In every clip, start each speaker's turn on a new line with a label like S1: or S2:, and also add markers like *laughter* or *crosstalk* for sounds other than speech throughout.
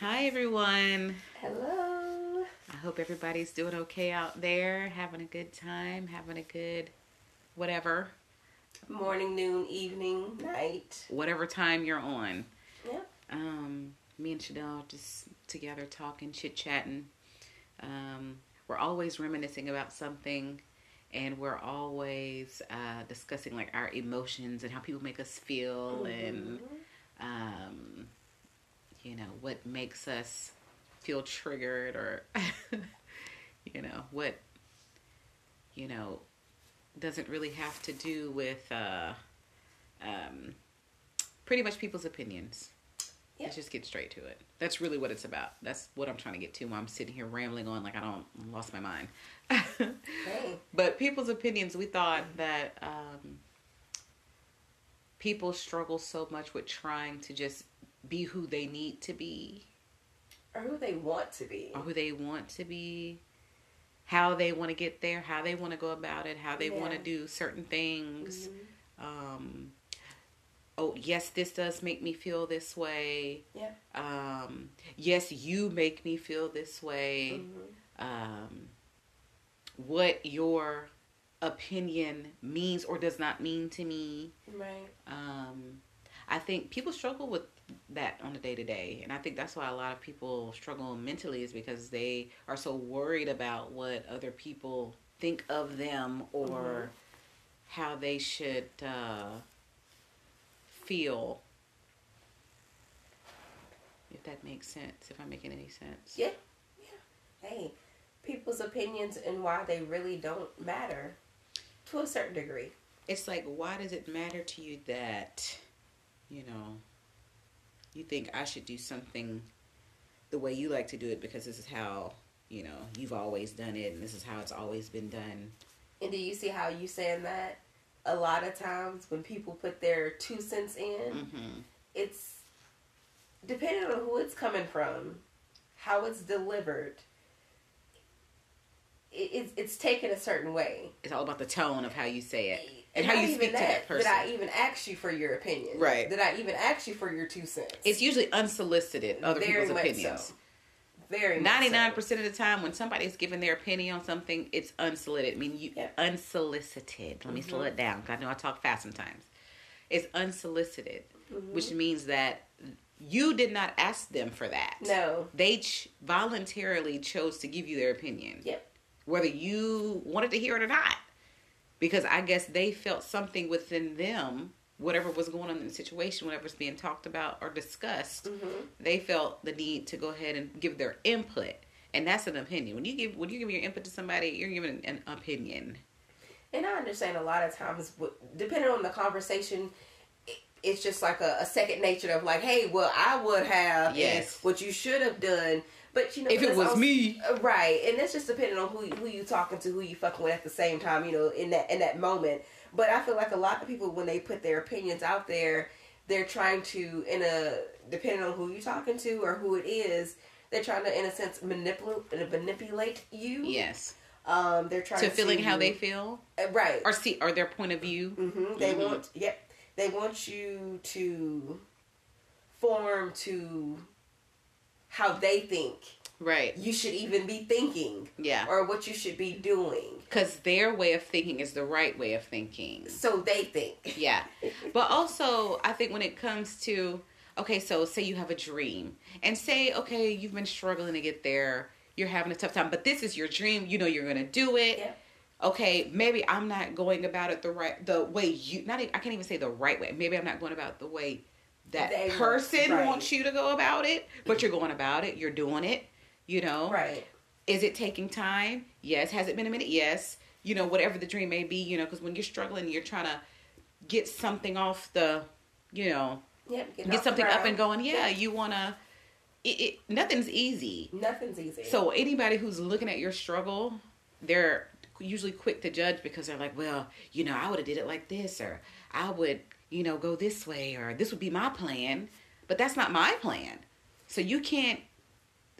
S1: Hi, everyone.
S2: Hello.
S1: I hope everybody's doing okay out there, having a good time, having a good whatever,
S2: Morning, noon, evening, night.
S1: whatever time you're on.
S2: Yep.
S1: Um, me and Chanel just together talking, chit chatting. Um, we're always reminiscing about something, and we're always uh, discussing like our emotions and how people make us feel, and um, you know what makes us feel triggered or *laughs* you know what you know doesn't really have to do with uh, um, pretty much people's opinions
S2: Yeah.
S1: let's just get straight to it that's really what it's about that's what i'm trying to get to while i'm sitting here rambling on like i don't lost my mind *laughs*
S2: Hey.
S1: but people's opinions we thought that um, people struggle so much with trying to just be who they need to be
S2: Or who they want to be.
S1: or who they want to be how they want to get there how they want to go about it how they want to
S2: Yeah.
S1: do certain things
S2: Mhm.
S1: um oh yes this does make me feel this way
S2: Yeah.
S1: um yes you make me feel this way
S2: Mhm.
S1: um, what your opinion means or does not mean to me.
S2: Right.
S1: Um, I think people struggle with that on a day to day, and I think that's why a lot of people struggle mentally is because they are so worried about what other people think of them or how they should uh, feel. If that makes sense, if I'm making any sense.
S2: Yeah. Hey. People's opinions and why they really don't matter to a certain degree.
S1: it's like why does it matter to you that you know you think i should do something the way you like to do it because this is how you know you've always done it and this is how it's always been done
S2: And do you see how you saying that? A lot of times when people put their two cents in,
S1: mm-hmm.
S2: it's depending on who it's coming from, how it's delivered. It, it's it's taken a certain way,
S1: it's all about the tone of how you say it and,
S2: And
S1: how
S2: not
S1: you
S2: even
S1: speak to that person
S2: Did I even ask you for your opinion?
S1: Right.
S2: Did I even ask you for your two cents?
S1: it's usually unsolicited other
S2: Very
S1: people's
S2: much
S1: opinions
S2: so. very much so.
S1: 99% of the time when somebody's giving their opinion on something it's unsolicited i mean you
S2: Yeah.
S1: unsolicited let me slow
S2: Mhm.
S1: it down 'cause i know i talk fast sometimes it's unsolicited
S2: Mhm.
S1: which means that you did not ask them for that
S2: No.
S1: they ch- voluntarily chose to give you their opinion
S2: Yep.
S1: whether you wanted to hear it or not because i guess they felt something within them whatever was going on in the situation whatever's being talked about or discussed
S2: Mhm.
S1: they felt the need to go ahead and give their input and that's an opinion when you give when you give your input to somebody you're giving an opinion
S2: And I understand a lot of times, w- depending on the conversation, it- it's just like a, a second nature of like, hey, well, I would have, and
S1: Yes.
S2: what you should have done, but you know,
S1: if it
S2: that's
S1: was
S2: also-
S1: me
S2: Uh, right, and that's just depending on who you, who you talking to, who you fucking with at the same time, you know, in that in that moment. But I feel like a lot of people when they put their opinions out there, they're trying to in a depending on who you talking to or who it is, they're trying to in a sense manipulate manipulate you.
S1: yes
S2: Um, they're trying
S1: to feeling how they feel
S2: uh, right.
S1: or see or their point of view
S2: hmm They
S1: Mhm.
S2: want yep. They want you to form to how they think
S1: right
S2: you should even be thinking
S1: yeah
S2: or what you should be doing.
S1: because their way of thinking is the right way of thinking
S2: So they think.
S1: yeah but also i think when it comes to okay so say you have a dream and say okay you've been struggling to get there you're having a tough time but this is your dream you know you're gonna do it
S2: Yeah.
S1: okay maybe i'm not going about it the right the way you not even, i can't even say the right way maybe i'm not going about the way that
S2: They want-
S1: person
S2: right.
S1: wants you to go about it but you're going about it you're doing it you know
S2: Right.
S1: is it taking time yes has it been a minute yes you know whatever the dream may be you know because when you're struggling you're trying to get something off the you know
S2: Yep.
S1: get
S2: off
S1: something
S2: the
S1: up and
S2: ground.
S1: going yeah you want to it, it nothing's easy
S2: Nothing's easy.
S1: so anybody who's looking at your struggle they're usually quick to judge because they're like well you know i would have did it like this or i would you know go this way or this would be my plan but that's not my plan so you can't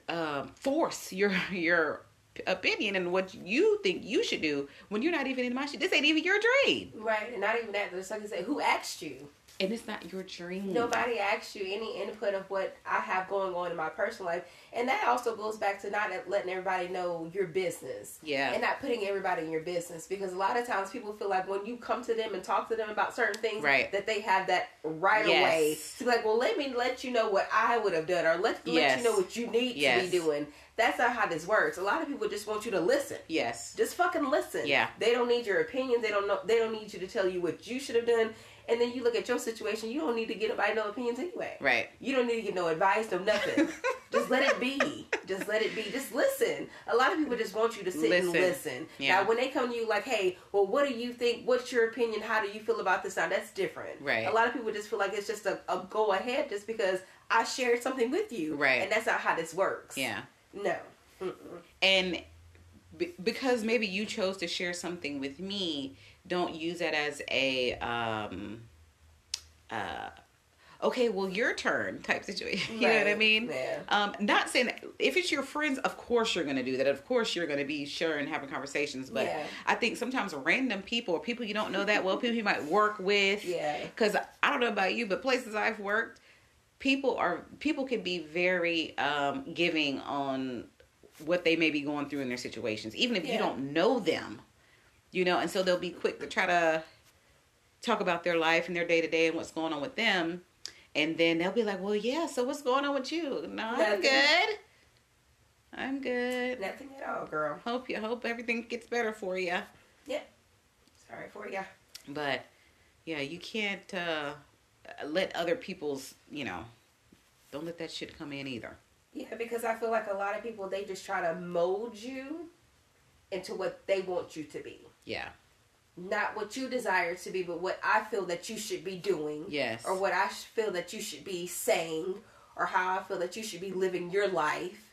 S1: um, force your your opinion and what you think you should do when you're not even in my shit. This ain't even your dream.
S2: right, and not even that. Just like I said, who asked you?
S1: And it's not your dream.
S2: Nobody asks you any input of what I have going on in my personal life. And that also goes back to not letting everybody know your business.
S1: Yeah.
S2: And not putting everybody in your business because a lot of times people feel like when you come to them and talk to them about certain things
S1: Right.
S2: that they have that right
S1: Yes.
S2: away. To be like, well let me let you know what I would have done or let, let
S1: Yes.
S2: you know what you need
S1: Yes.
S2: to be doing. That's not how this works. A lot of people just want you to listen.
S1: yes.
S2: Just fucking listen.
S1: Yeah.
S2: They don't need your opinions. They don't know. They don't need you to tell you what you should have done. And then you look at your situation. You don't need to get nobody no opinions anyway.
S1: Right.
S2: You don't need to get no advice,
S1: *laughs*
S2: no nothing. just let it be. Just let it be. Just listen. A lot of people just want you to sit
S1: Listen.
S2: and listen.
S1: Yeah.
S2: Now, when they come to you like, "Hey, well, what do you think? What's your opinion? How do you feel about this?" Now, that's different.
S1: Right.
S2: A lot of people just feel like it's just a, a go ahead, just because I shared something with you.
S1: Right.
S2: And that's not how this works.
S1: Yeah.
S2: No. Mm-mm.
S1: and b- because maybe you chose to share something with me don't use that as a um uh okay well your turn type situation *laughs* you know what i
S2: Right.
S1: mean
S2: Yeah.
S1: um not saying that- if it's your friends of course you're gonna do that of course you're gonna be sharing having conversations but
S2: Yeah.
S1: i think sometimes random people or people you don't know that well people you might work with
S2: Yeah.
S1: because I don't know about you, but places I've worked, people are people can be very um, giving on what they may be going through in their situations, even if you
S2: Yeah.
S1: don't know them, you know. And so they'll be quick to try to talk about their life and their day to day and what's going on with them, and then they'll be like, "Well, yeah, so what's going on with you? No, I'm
S2: Nothing.
S1: good. I'm good.
S2: Nothing at all, girl.
S1: Hope you hope everything gets better for you."
S2: Sorry for ya.
S1: but yeah you can't uh let other people's you know don't let that shit come in either
S2: Yeah, because I feel like a lot of people they just try to mold you into what they want you to be.
S1: yeah
S2: Not what you desire to be, but what I feel that you should be doing
S1: yes
S2: or what I sh- feel that you should be saying or how I feel that you should be living your life.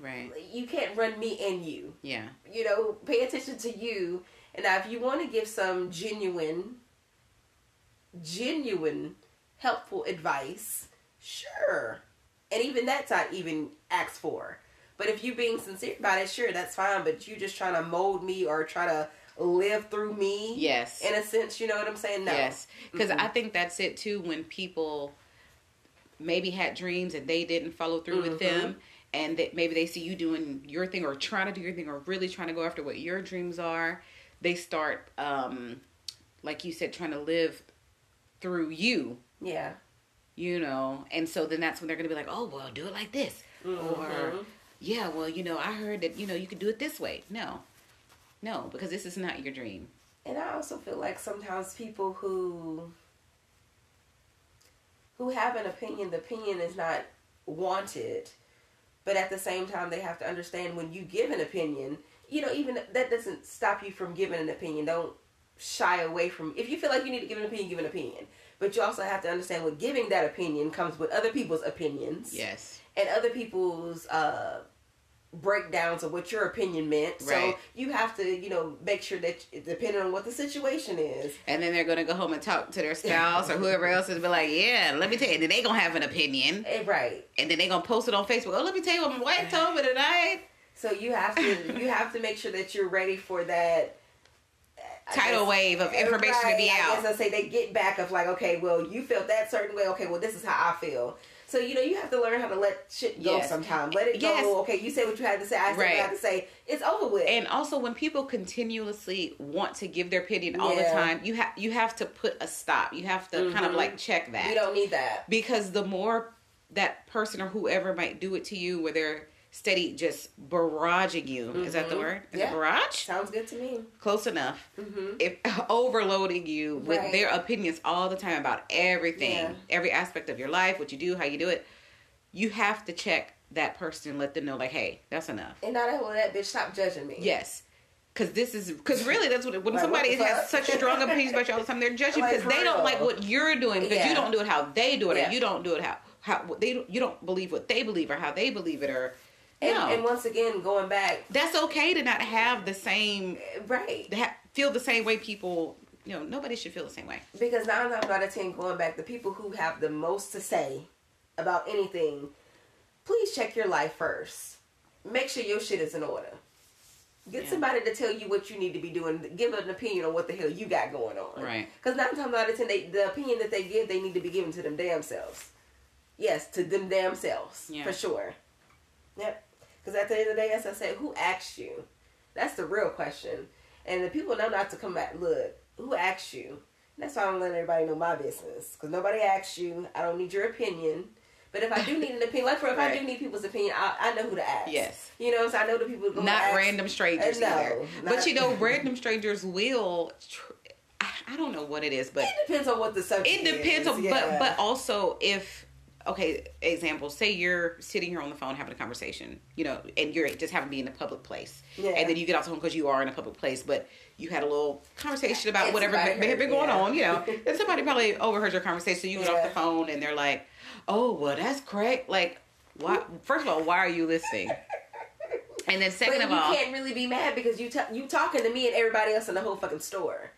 S1: right
S2: You can't run me and you.
S1: yeah
S2: You know, pay attention to you. And now if you want to give some genuine genuine helpful advice, sure. And even that's not even asked for. But if you being sincere about it, sure, that's fine. But you just trying to mold me or try to live through me.
S1: yes
S2: In a sense, you know what I'm saying? No.
S1: yes because
S2: Mm-mm.
S1: i think that's it too when people maybe had dreams and they didn't follow through with
S2: Mm-hmm.
S1: them and that maybe they see you doing your thing or trying to do your thing or really trying to go after what your dreams are they start um like you said trying to live through you
S2: Yeah.
S1: you know and so then that's when they're gonna be like oh well do it like this or
S2: Mhm.
S1: yeah well you know i heard that you know you could do it this way no no because this is not your dream
S2: And I also feel like sometimes people who who have an opinion, the opinion is not wanted. But at the same time, they have to understand when you give an opinion, you know, even that doesn't stop you from giving an opinion. Don't shy away from if you feel like you need to give an opinion, give an opinion. But you also have to understand with giving that opinion comes with other people's opinions
S1: yes
S2: and other people's uh breakdowns of what your opinion meant so
S1: Right.
S2: you have to you know make sure that depending on what the situation is
S1: and then they're gonna go home and talk to their spouse or whoever else and be like yeah let me tell you and then they gonna have an opinion
S2: eh, right
S1: and then they gonna post it on facebook oh let me tell you what my wife told me tonight
S2: so you
S1: *laughs*
S2: have to you have to make sure that you're ready for that I
S1: tidal
S2: guess-
S1: wave of information to be
S2: Right, I
S1: out
S2: guess I say they get back of like, okay, well, you felt that certain way. Okay, well, this is how I feel. So you know, you have to learn how to let shit go
S1: Yes.
S2: sometime. Let it
S1: Yes.
S2: go. Okay, you say what you had to say. I say what
S1: Right.
S2: I had to say. It's over with.
S1: and also when people continuously want to give their opinion all the
S2: Yeah.
S1: time you have you have to put a stop you have to kind of
S2: Mhm.
S1: like check that
S2: you don't need that.
S1: because the more that person or whoever might do it to you where they're steady just barraging you is that the
S2: Mhm.
S1: word is it
S2: Yeah.
S1: barrage
S2: Sounds good to me.
S1: close enough
S2: Mm-hmm.
S1: if *laughs* overloading you with
S2: Right.
S1: their opinions all the time about everything
S2: Yeah.
S1: every aspect of your life what you do how you do it you have to check that person and let them know like hey that's enough
S2: And now that whole that bitch stop judging me.
S1: yes because this is because really that's what it- when
S2: Like, what
S1: somebody
S2: the
S1: has
S2: fuck?
S1: such strong opinions about you all the time they're judging
S2: Like,
S1: because
S2: for
S1: they don't
S2: real.
S1: like what you're doing because you
S2: Yeah.
S1: don't do it how they do it
S2: Yeah.
S1: or you don't do it how how what they don't- you don't believe what they believe or how they believe it or
S2: And,
S1: no
S2: and once again, going back,
S1: that's okay to not have the same
S2: right?
S1: to ha- feel the same way people you know nobody should feel the same way
S2: Because nine times out of ten, going back, the people who have the most to say about anything, please check your life first. Make sure your shit is in order. Get
S1: Yeah.
S2: somebody to tell you what you need to be doing. Give an opinion on what the hell you got going on.
S1: Right.
S2: Because nine times out of ten, they, the opinion that they give, they need to be given to them damn selves. Yes, to them damn selves
S1: Yeah.
S2: for sure. Yep. Because at the end of the day, as I said, who asked you? That's the real question. And the people know not to come back. Look, who asked you? That's why I don't let everybody know my business. Because nobody asks you. I don't need your opinion. But if I do need an opinion, like for if I
S1: Right.
S2: do need people's opinion, I, I know who to ask.
S1: Yes.
S2: You know, so I know the people who
S1: not
S2: ask-
S1: random strangers
S2: Uh, no,
S1: either.
S2: not-
S1: But you
S2: *laughs*
S1: know, random strangers will. Tr- I I don't know what it is, but
S2: It depends on what the subject
S1: it depends
S2: is,
S1: on.
S2: yeah.
S1: But but also if okay, example, say you're sitting here on the phone having a conversation, you know, and you're just having to be in a public place,
S2: Yeah.
S1: and then you get off the phone because you are in a public place, but you had a little conversation about
S2: And
S1: whatever
S2: somebody
S1: had had been
S2: heard,
S1: going
S2: yeah.
S1: on, you
S2: *laughs*
S1: know, and somebody probably overheard your conversation. You get off
S2: Yeah.
S1: the phone and they're like, "Oh, well, that's correct." Like, why? First of all, why are you listening? And then
S2: But
S1: second of
S2: you
S1: all,
S2: can't really be mad because you ta- you talking to me and everybody else in the whole fucking store.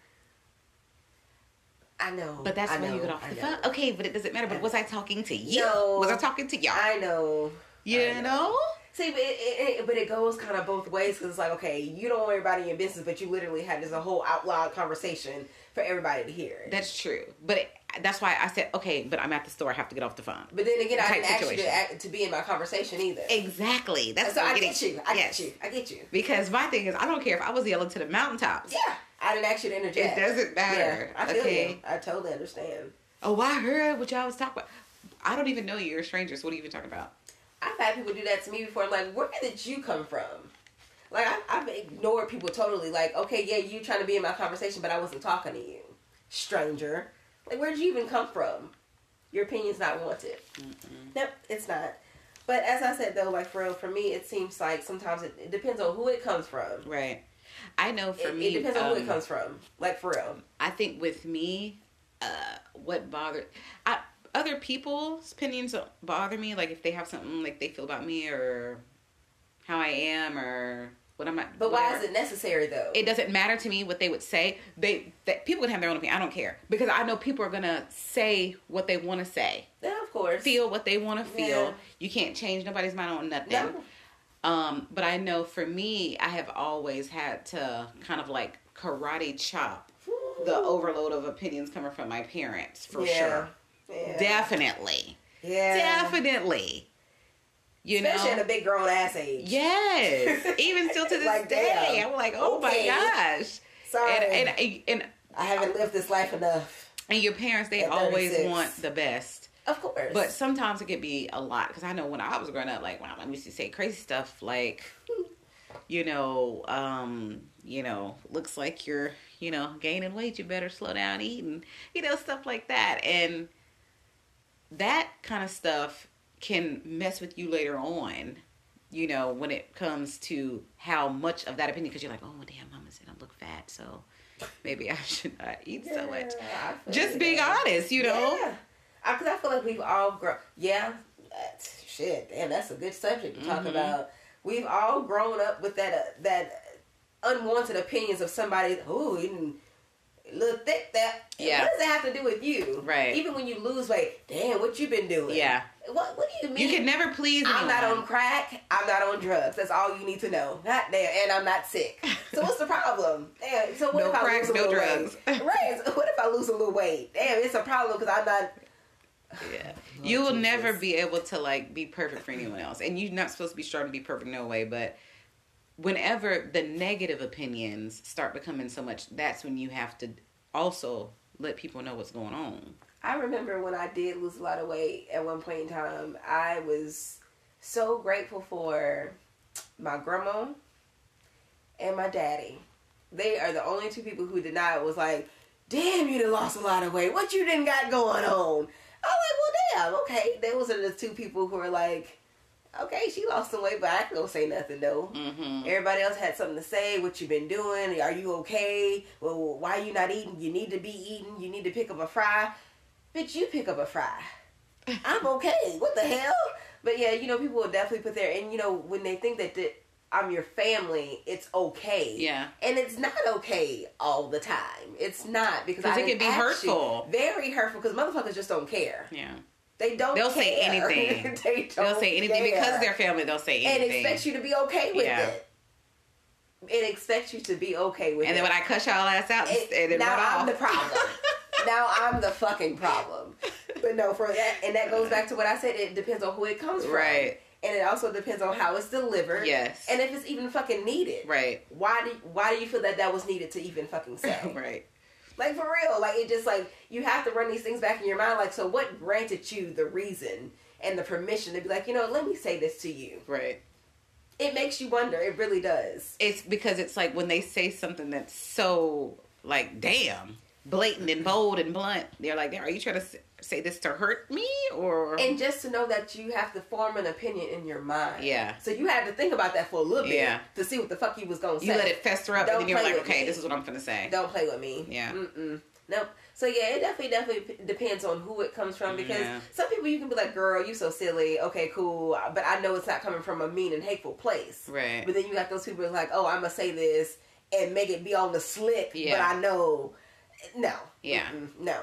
S2: I know.
S1: But that's
S2: I
S1: when
S2: know,
S1: you get off
S2: I
S1: the
S2: know.
S1: phone. Okay, but it doesn't matter. But was I talking to you?
S2: No.
S1: Was I talking to y'all?
S2: I know.
S1: you
S2: I
S1: know?
S2: See, but it, it, it- but it goes kind of both ways because it's like, okay, you don't want everybody in your business, but you literally had this a whole out loud conversation for everybody to hear.
S1: That's true. But it, that's why I said, okay, but I'm at the store. I have to get off the phone.
S2: but then again, I
S1: Type
S2: didn't ask you to,
S1: situation.
S2: act- to be in my conversation either.
S1: Exactly. That's
S2: so
S1: what
S2: I
S1: I'm
S2: get
S1: getting-
S2: you. I
S1: Yes.
S2: get you. I get you.
S1: Because my thing is, I don't care if I was yelling to the mountaintops.
S2: Yeah, I didn't ask you to interject.
S1: It doesn't matter.
S2: Yeah, I feel
S1: okay.
S2: you. I totally understand.
S1: Oh, I heard what y'all was talking about. I don't even know you. You're strangers. What are you even talking about?
S2: I've had people do that to me before. I'm like, where did you come from? Like, I, I've ignored people totally. Like, okay, yeah, you trying to be in my conversation, but I wasn't talking to you, stranger. Like, where'd you even come from? Your opinion's not wanted. Nope, it's not. But as I said though, like for real, for me, it seems like sometimes it, it depends on who it comes from.
S1: Right. I know for
S2: it,
S1: me,
S2: it depends on who it
S1: um,
S2: comes from. Like for real,
S1: I think with me, uh, what bothered I, other people's opinions don't bother me. Like if they have something like they feel about me or how I am or what I'm not.
S2: but why is
S1: whatever.
S2: it necessary though?
S1: It doesn't matter to me what they would say. They that people can have their own opinion. I don't care because I know people are gonna say what they want to say,
S2: yeah, of course.
S1: feel what they want to feel.
S2: Yeah.
S1: You can't change nobody's mind on nothing.
S2: no,
S1: Um, but I know for me, I have always had to kind of like karate chop the overload of opinions coming from my parents for sure.
S2: Yeah.
S1: Definitely.
S2: Yeah.
S1: Definitely. You
S2: Especially
S1: know?
S2: at a big grown ass age.
S1: yes. Even still
S2: *laughs*
S1: to this
S2: Like,
S1: day.
S2: damn.
S1: I'm like, oh
S2: Okay.
S1: my gosh.
S2: Sorry.
S1: And, and and
S2: I haven't lived this life enough.
S1: and your parents they
S2: At
S1: always
S2: 36.
S1: want the best.
S2: Of course.
S1: But sometimes it could be a lot because I know when I was growing up, like wow, I used to say crazy stuff like, you know, um, you know, looks like you're, you know, gaining weight. You better slow down eating, you know, stuff like that, and that kind of stuff can mess with you later on. You know, when it comes to how much of that opinion, because you're like, oh damn, Mama said I look fat, so maybe I *laughs* should not eat so much.
S2: Yeah, I feel
S1: Just
S2: you
S1: being
S2: there.
S1: honest, you know.
S2: Yeah. Because I, feel like we've all grown. Yeah. that's- shit. Damn, that's a good subject to talk
S1: Mhm.
S2: about. We've all grown up with that uh, that unwanted opinions of somebody. Ooh, you didn't look thick. That.
S1: Yeah.
S2: What does that have to do with you?
S1: Right.
S2: Even when you lose weight, damn, what you been doing?
S1: Yeah.
S2: What What do you mean?
S1: You can never please
S2: I'm not
S1: anyone.
S2: on crack. I'm not on drugs. That's all you need to know. Not there, and I'm not sick. So what's the problem? Damn. So what
S1: No
S2: if I
S1: cracks,
S2: lose a
S1: no
S2: little
S1: drugs.
S2: Weight? Right. So what if I lose a little weight? Damn, it's a problem because I'm not.
S1: Yeah. you will
S2: Jesus.
S1: never be able to like be perfect for anyone else. And you're not supposed to be striving to be perfect no way, but whenever the negative opinions start becoming so much, that's when you have to also let people know what's going on.
S2: I remember when I did lose a lot of weight at one point in time. I was so grateful for my grandma and my daddy. They are the only two people who denied was like, "Damn, you done lost a lot of weight. What you didn't got going on?" I'm like, "Well, damn, okay." Those are the two people who are like, "Okay, she lost some weight, but I ain't gonna say nothing though."
S1: Mm-hmm.
S2: Everybody else had something to say. What you been doing? Are you okay? Well, why you not eating? You need to be eating. You need to pick up a fry. Bitch, you pick up a fry. I'm okay. What the hell? But yeah, you know, people will definitely put there, and you know, when they think that th- I'm your family, it's okay.
S1: Yeah.
S2: And it's not okay all the time. It's not because
S1: 'Cause
S2: I
S1: it
S2: didn't
S1: can be
S2: ask you.
S1: hurtful.
S2: very hurtful. Because motherfuckers just don't care.
S1: Yeah.
S2: They don't.
S1: They'll say
S2: care. *laughs*
S1: anything.
S2: they don't
S1: They'll say anything
S2: care
S1: because they're family, they'll say
S2: Oh, and
S1: anything.
S2: expect you to be okay with
S1: Yeah.
S2: it. and expect you to be okay with
S1: And then
S2: it.
S1: when I cut y'all ass out,
S2: It-
S1: and it
S2: now
S1: went
S2: I'm
S1: off.
S2: the problem. *laughs* now I'm the fucking problem. But no, for that, and that goes back to what I said. It depends on who it comes from,
S1: Uh. Right.
S2: And it also depends on how it's
S1: *laughs*
S2: delivered,
S1: Yes.
S2: and if it's even fucking needed. *laughs*
S1: right.
S2: Why do Why do you feel that that was needed to even fucking say?
S1: *laughs* Right.
S2: Like for real, like it just like you have to run these things back in your mind. Like, so what granted you the reason and the permission to be like, you know, let me say this to you?
S1: Right.
S2: It makes you wonder. It really does.
S1: It's because it's like when they say something that's so like damn blatant and bold and blunt. They're like, are you trying to s- say this to hurt me or?
S2: And just to know that you have to form an opinion in your mind.
S1: Yeah.
S2: So you had to think about that for a little bit
S1: Yeah.
S2: to see what the fuck you was gonna say.
S1: you let it fester up,
S2: Don't
S1: and then you're
S2: play
S1: like,
S2: with
S1: okay,
S2: me.
S1: this is what I'm gonna say.
S2: Don't play with me.
S1: Yeah.
S2: Mm-mm. Nope. So yeah, it definitely definitely p- depends on who it comes from because
S1: Yeah.
S2: some people you can be like, "Girl, you so silly." Okay, cool, but I know it's not coming from a mean and hateful place.
S1: Right.
S2: But then you got those people that's like, "Oh, I'm gonna say this and make it be on the slick," but
S1: Yeah.
S2: I know, no.
S1: Yeah.
S2: Mm-mm. No.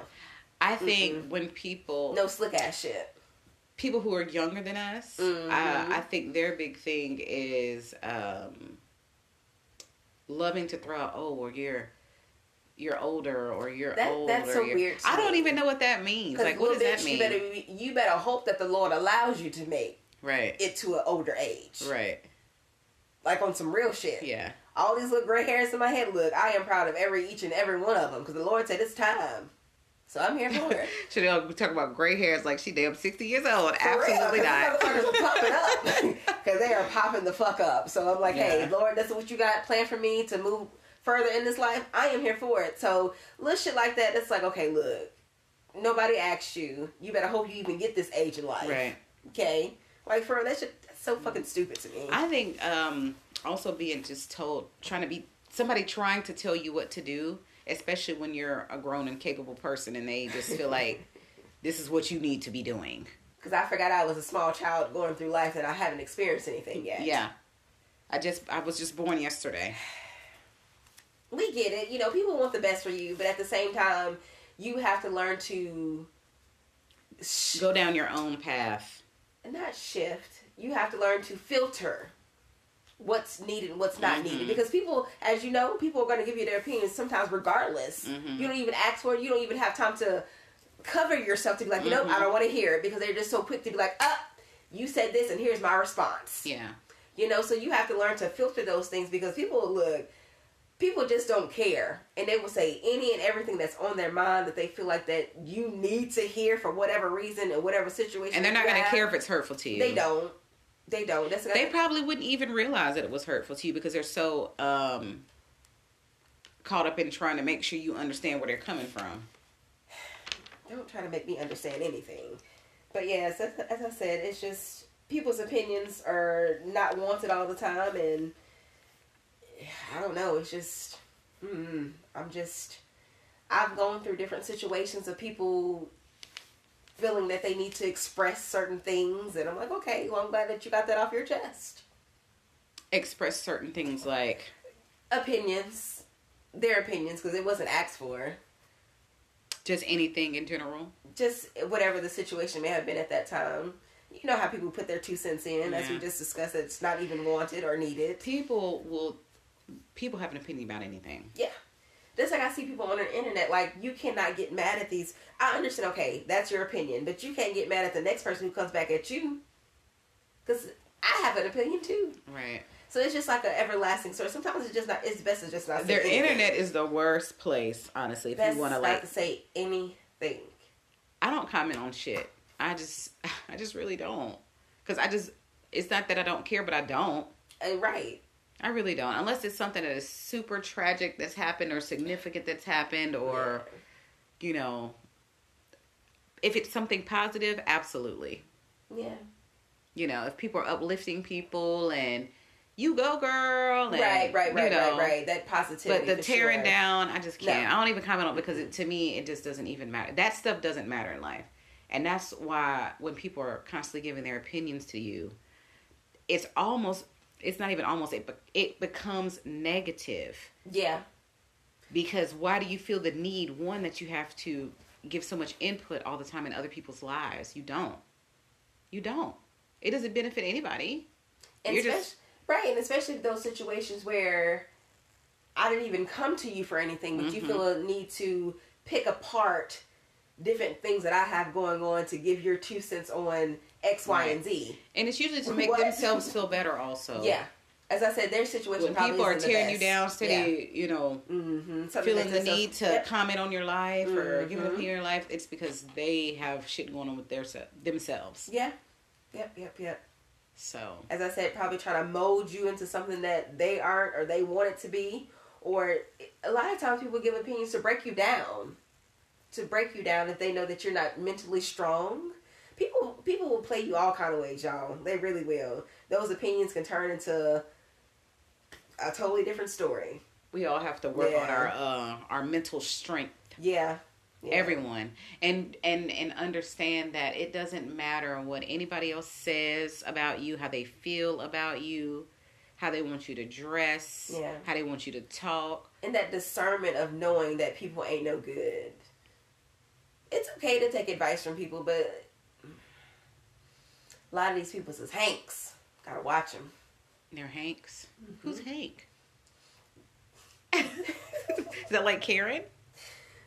S1: I think when people
S2: No slick ass shit.
S1: people who are younger than us,
S2: Mhm.
S1: uh, I think their big thing is um, loving to throw out, oh, well, you're you're older or you're
S2: That-
S1: old.
S2: that's
S1: or
S2: so
S1: you're-"
S2: weird to
S1: I don't
S2: me.
S1: even know what that means.
S2: 'Cause
S1: Like, what does
S2: little
S1: that
S2: bitch,
S1: mean?
S2: You better, be- you better hope that the Lord allows you to make
S1: Right,
S2: it to an older age,
S1: right,
S2: like on some real
S1: *laughs*
S2: shit.
S1: yeah,
S2: all these little gray hairs in my head. Look, I am proud of every each and every one of them because the Lord said it's time. So I'm here for it.
S1: Should we talk about gray hairs like she damn sixty years old?
S2: *laughs* For
S1: Absolutely
S2: real,
S1: not.
S2: 'cause these Motherfuckers
S1: *laughs*
S2: are popping up *laughs* because they are popping the fuck up. So I'm like, hey,
S1: Yeah.
S2: Lord, this is what you got planned for me to move further in this life. I am here for it. So little shit like that. It's like, okay, look, nobody asked you. You better hope you even get this age in life.
S1: Right.
S2: Okay. Like for real, that shit. That's so fucking stupid to me.
S1: I think um, also being just told, trying to be somebody trying to tell you what to do, especially when you're a grown and capable person, and they just *laughs* feel like this is what you need to be doing.
S2: Because I forgot I was a small child going through life and I haven't experienced anything yet.
S1: Yeah, I just I was just born yesterday.
S2: we get it. You know, people want the best for you, but at the same time, you have to learn to sh-
S1: Go down your own path.
S2: not shift. You have to learn to filter what's needed and what's not
S1: Mhm.
S2: needed because people, as you know, people are going to give you their opinions sometimes, regardless.
S1: Mhm.
S2: You don't even ask for it. You don't even have time to cover yourself to be like, nope, I don't want to hear it because they're just so quick to be like, up. you said this, and here's my response.
S1: Yeah,
S2: You know, so you have to learn to filter those things because people look, people just don't care, and they will say any and everything that's on their mind that they feel like that you need to hear for whatever reason and whatever situation.
S1: and they're not
S2: you
S1: gonna
S2: have.
S1: care if it's hurtful to you.
S2: They don't. They don't. That's
S1: They probably wouldn't even realize that it was hurtful to you because they're so um, caught up in trying to make sure you understand where they're coming from.
S2: don't try to make me understand anything. But yes, as, as I said, it's just people's opinions are not wanted all the time, and I don't know. It's just, mm, I'm just, I've gone through different situations of people feeling that they need to express certain things, and I'm like, okay, well, I'm glad that you got that off your chest.
S1: Express certain things like
S2: Opinions, their opinions, because it wasn't asked for.
S1: just anything in general.
S2: just whatever the situation may have been at that time. You know how people put their two cents in, as we
S1: Yeah.
S2: just discussed, it's not even wanted or needed.
S1: People will people have an opinion about anything.
S2: Yeah. Just like I see people on the internet, like, you cannot get mad at these. I understand, okay, that's your opinion, but you can't get mad at the next person who comes back at you. Because I have an opinion too.
S1: Right.
S2: So it's just like an everlasting sort. Sometimes it's just not, it's best to just not say
S1: Their
S2: anything.
S1: internet is the worst place, honestly, if
S2: Best
S1: you want to
S2: not
S1: like
S2: to say anything.
S1: I don't comment on shit. I just *laughs* I just really don't. Cuz I just it's not that I don't care, but I don't.
S2: Uh, right.
S1: I really don't. Unless it's something that is super tragic that's happened or significant that's happened or you know if it's something positive, absolutely.
S2: Yeah.
S1: you know, if people are uplifting people and you go girl and
S2: Right, right,
S1: you
S2: right,
S1: know,
S2: right, right. That
S1: But
S2: positivity.
S1: the
S2: for
S1: tearing
S2: sure.
S1: down, I just can't.
S2: No.
S1: I don't even comment on it because it, to me it just doesn't even matter. That stuff doesn't matter in life. And that's why when people are constantly giving their opinions to you, it's almost it's not even almost it be- it becomes negative
S2: Yeah.
S1: because why do you feel the need one that you have to give so much input all the time in other people's lives? You don't. You don't. It doesn't benefit anybody.
S2: And
S1: You're
S2: spec-
S1: just-
S2: Right, and especially those situations where I didn't even come to you for anything, but you
S1: Mhm.
S2: feel a need to pick apart different things that I have going on to give your two cents on X, Y,
S1: Right.
S2: and Z.
S1: And it's usually to make
S2: What?
S1: themselves feel better also.
S2: Yeah. As I said, their situation
S1: When
S2: probably
S1: people are
S2: isn't
S1: tearing
S2: the
S1: you
S2: best.
S1: down steady, you know,
S2: Yeah. Mm-hmm.
S1: feeling the need to comment on your life or give an
S2: Mhm.
S1: opinion on your life, it's because they have shit going on with their se- themselves.
S2: Yeah. Yep, yep, yep.
S1: So
S2: As I said, probably trying to mold you into something that they aren't or they want it to be. Or a lot of times people give opinions to break you down. To break you down if they know that you're not mentally strong. People people will play you all kind of ways, y'all. They really will. Those opinions can turn into a totally different story.
S1: we all have to work on
S2: Yeah.
S1: our uh, our mental strength.
S2: Yeah. yeah.
S1: everyone and and and understand that it doesn't matter what anybody else says about you how they feel about you how they want you to dress
S2: Yeah.
S1: how they want you to talk
S2: and that discernment of knowing that people ain't no good. It's okay to take advice from people, but a lot of these people is Hanks. Gotta watch them.
S1: they're hanks who's
S2: Mm-hmm.
S1: hank *laughs* is that like karen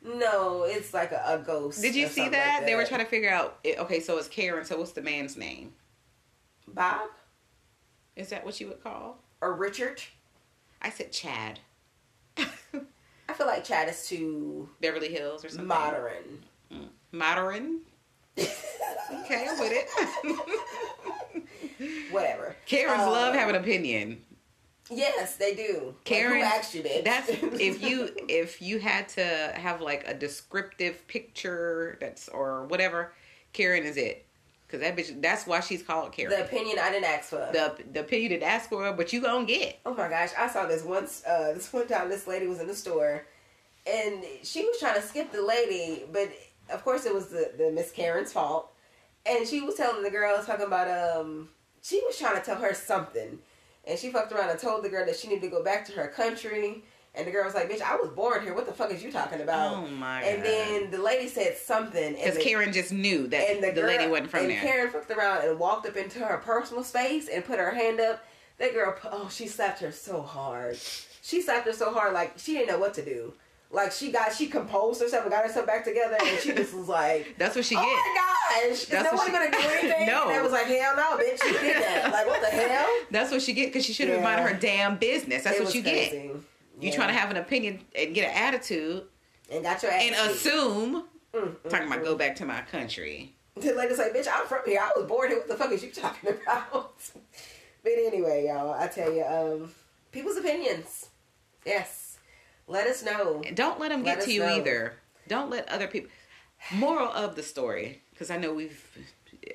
S2: No, it's like a, a ghost.
S1: did you
S2: or
S1: see that?
S2: something like
S1: they were trying to figure out it- okay so it's karen so what's the man's name
S2: Bob
S1: is that what you would call
S2: or Richard.
S1: i said chad
S2: I feel like Chad is too
S1: beverly hills or something
S2: modern. *laughs*
S1: modern okay i'm with it
S2: Whatever.
S1: *laughs* Karens
S2: Uh,
S1: love have an opinion.
S2: Yes, they do.
S1: Karen,
S2: Karen, who asked you that? *laughs*
S1: That's if you if you had to have like a descriptive picture that's or whatever, Karen is it. Cause that bitch that's why she's called
S2: the
S1: Karen.
S2: opinion I didn't ask for.
S1: The the, opinion you didn't ask for, but you gonna get.
S2: Oh my gosh, I saw this once. Uh, this one time, this lady was in the store, and she was trying to skip the lady, but of course it was the, the Miss Karen's fault. And she was telling the girl, talking about um, she was trying to tell her something, and she fucked around and told the girl that she needed to go back to her country. And the girl was like, "Bitch, I was born here. What the fuck is you talking about?"
S1: Oh my god.
S2: and then the lady said something, and
S1: because
S2: the,
S1: Karen just knew that
S2: and
S1: the,
S2: the, girl,
S1: lady wasn't from
S2: and
S1: there.
S2: Karen fucked around and walked up into her personal space and put her hand up. That girl, oh, she slapped her so hard. She slapped her so hard, like she didn't know what to do. Like she got, she composed herself and got herself back together, and she just
S1: *laughs*
S2: was like,
S1: that's what she
S2: "Oh
S1: get.
S2: my gosh, is
S1: That's
S2: no
S1: what
S2: one
S1: she- *laughs*
S2: gonna do anything?"
S1: No.
S2: and I was like, "Hell no, bitch, you did that. Like what the hell?"
S1: That's what she get because she should have
S2: Yeah.
S1: minded her damn business. That's
S2: It
S1: what
S2: was
S1: you get.
S2: crazy.
S1: You
S2: Yeah.
S1: trying to have an opinion and get an attitude
S2: and got your ass
S1: and
S2: kicked.
S1: assume
S2: Mm, mm,
S1: talking
S2: mm.
S1: about go back to my country.
S2: The lady's *laughs* like, bitch, I'm from here. I was born here. What the fuck is you talking *laughs* about? but anyway, y'all, I tell you, um, people's opinions. Yes. Let us know.
S1: Don't let them
S2: Let
S1: get to
S2: us
S1: you
S2: know.
S1: either. Don't let other people. Moral of the story, because I know we've,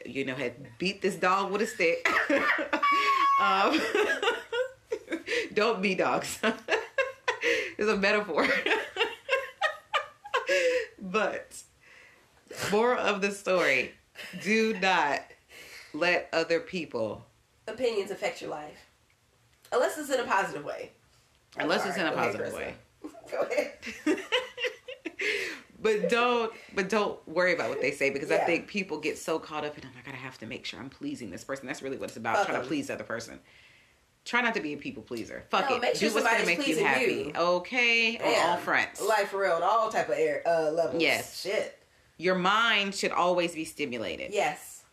S1: you know, had beat this dog with a stick. *laughs* um, *laughs* don't be dogs. *laughs* it's a metaphor. *laughs* but moral of the story: do not let other people,
S2: Opinions affect your life. Unless it's in a positive way. I'm
S1: unless it's in
S2: sorry.
S1: a
S2: Go ahead,
S1: positive
S2: Carissa.
S1: way.
S2: *laughs* Go ahead.
S1: *laughs* but don't but don't worry about what they say because I
S2: Yeah.
S1: think people get so caught up in oh my god I have to make sure I'm pleasing this person. That's really what it's about
S2: Fuck
S1: trying to
S2: 'em.
S1: please the other person. Try not to be a people pleaser. Fuck
S2: No,
S1: it.
S2: make sure
S1: Do what's gonna
S2: somebody's
S1: make you
S2: pleasing
S1: happy.
S2: you.
S1: Okay, on all
S2: Damn.
S1: fronts.
S2: Life for real on all type of air, uh, levels.
S1: Yes.
S2: Shit.
S1: Your mind should always be stimulated.
S2: Yes.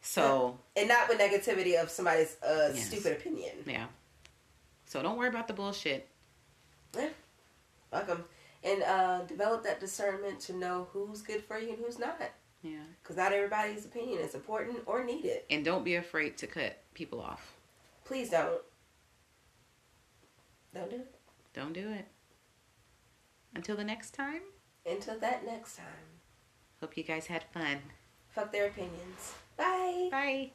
S1: So
S2: And not with negativity of somebody's uh,
S1: Yes.
S2: stupid opinion.
S1: yeah. So don't worry about the bullshit.
S2: Welcome. And uh, develop that discernment to know who's good for you and who's not.
S1: Yeah.
S2: because not everybody's opinion is important or needed.
S1: And don't be afraid to cut people off.
S2: Please don't. Don't do it.
S1: Don't do it. Until the next time.
S2: Until that next time.
S1: Hope you guys had fun.
S2: Fuck their opinions. Bye.
S1: Bye.